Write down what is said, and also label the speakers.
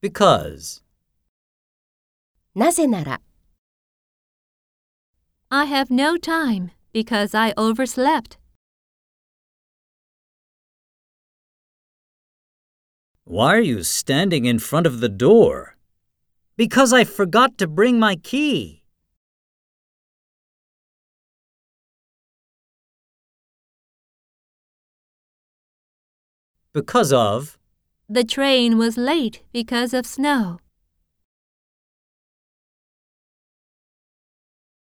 Speaker 1: Because.
Speaker 2: なぜなら、
Speaker 3: I have no time because I overslept.
Speaker 1: Why are you standing in front of the door? Because I forgot to bring my key. Because of.
Speaker 3: The train was late because of snow.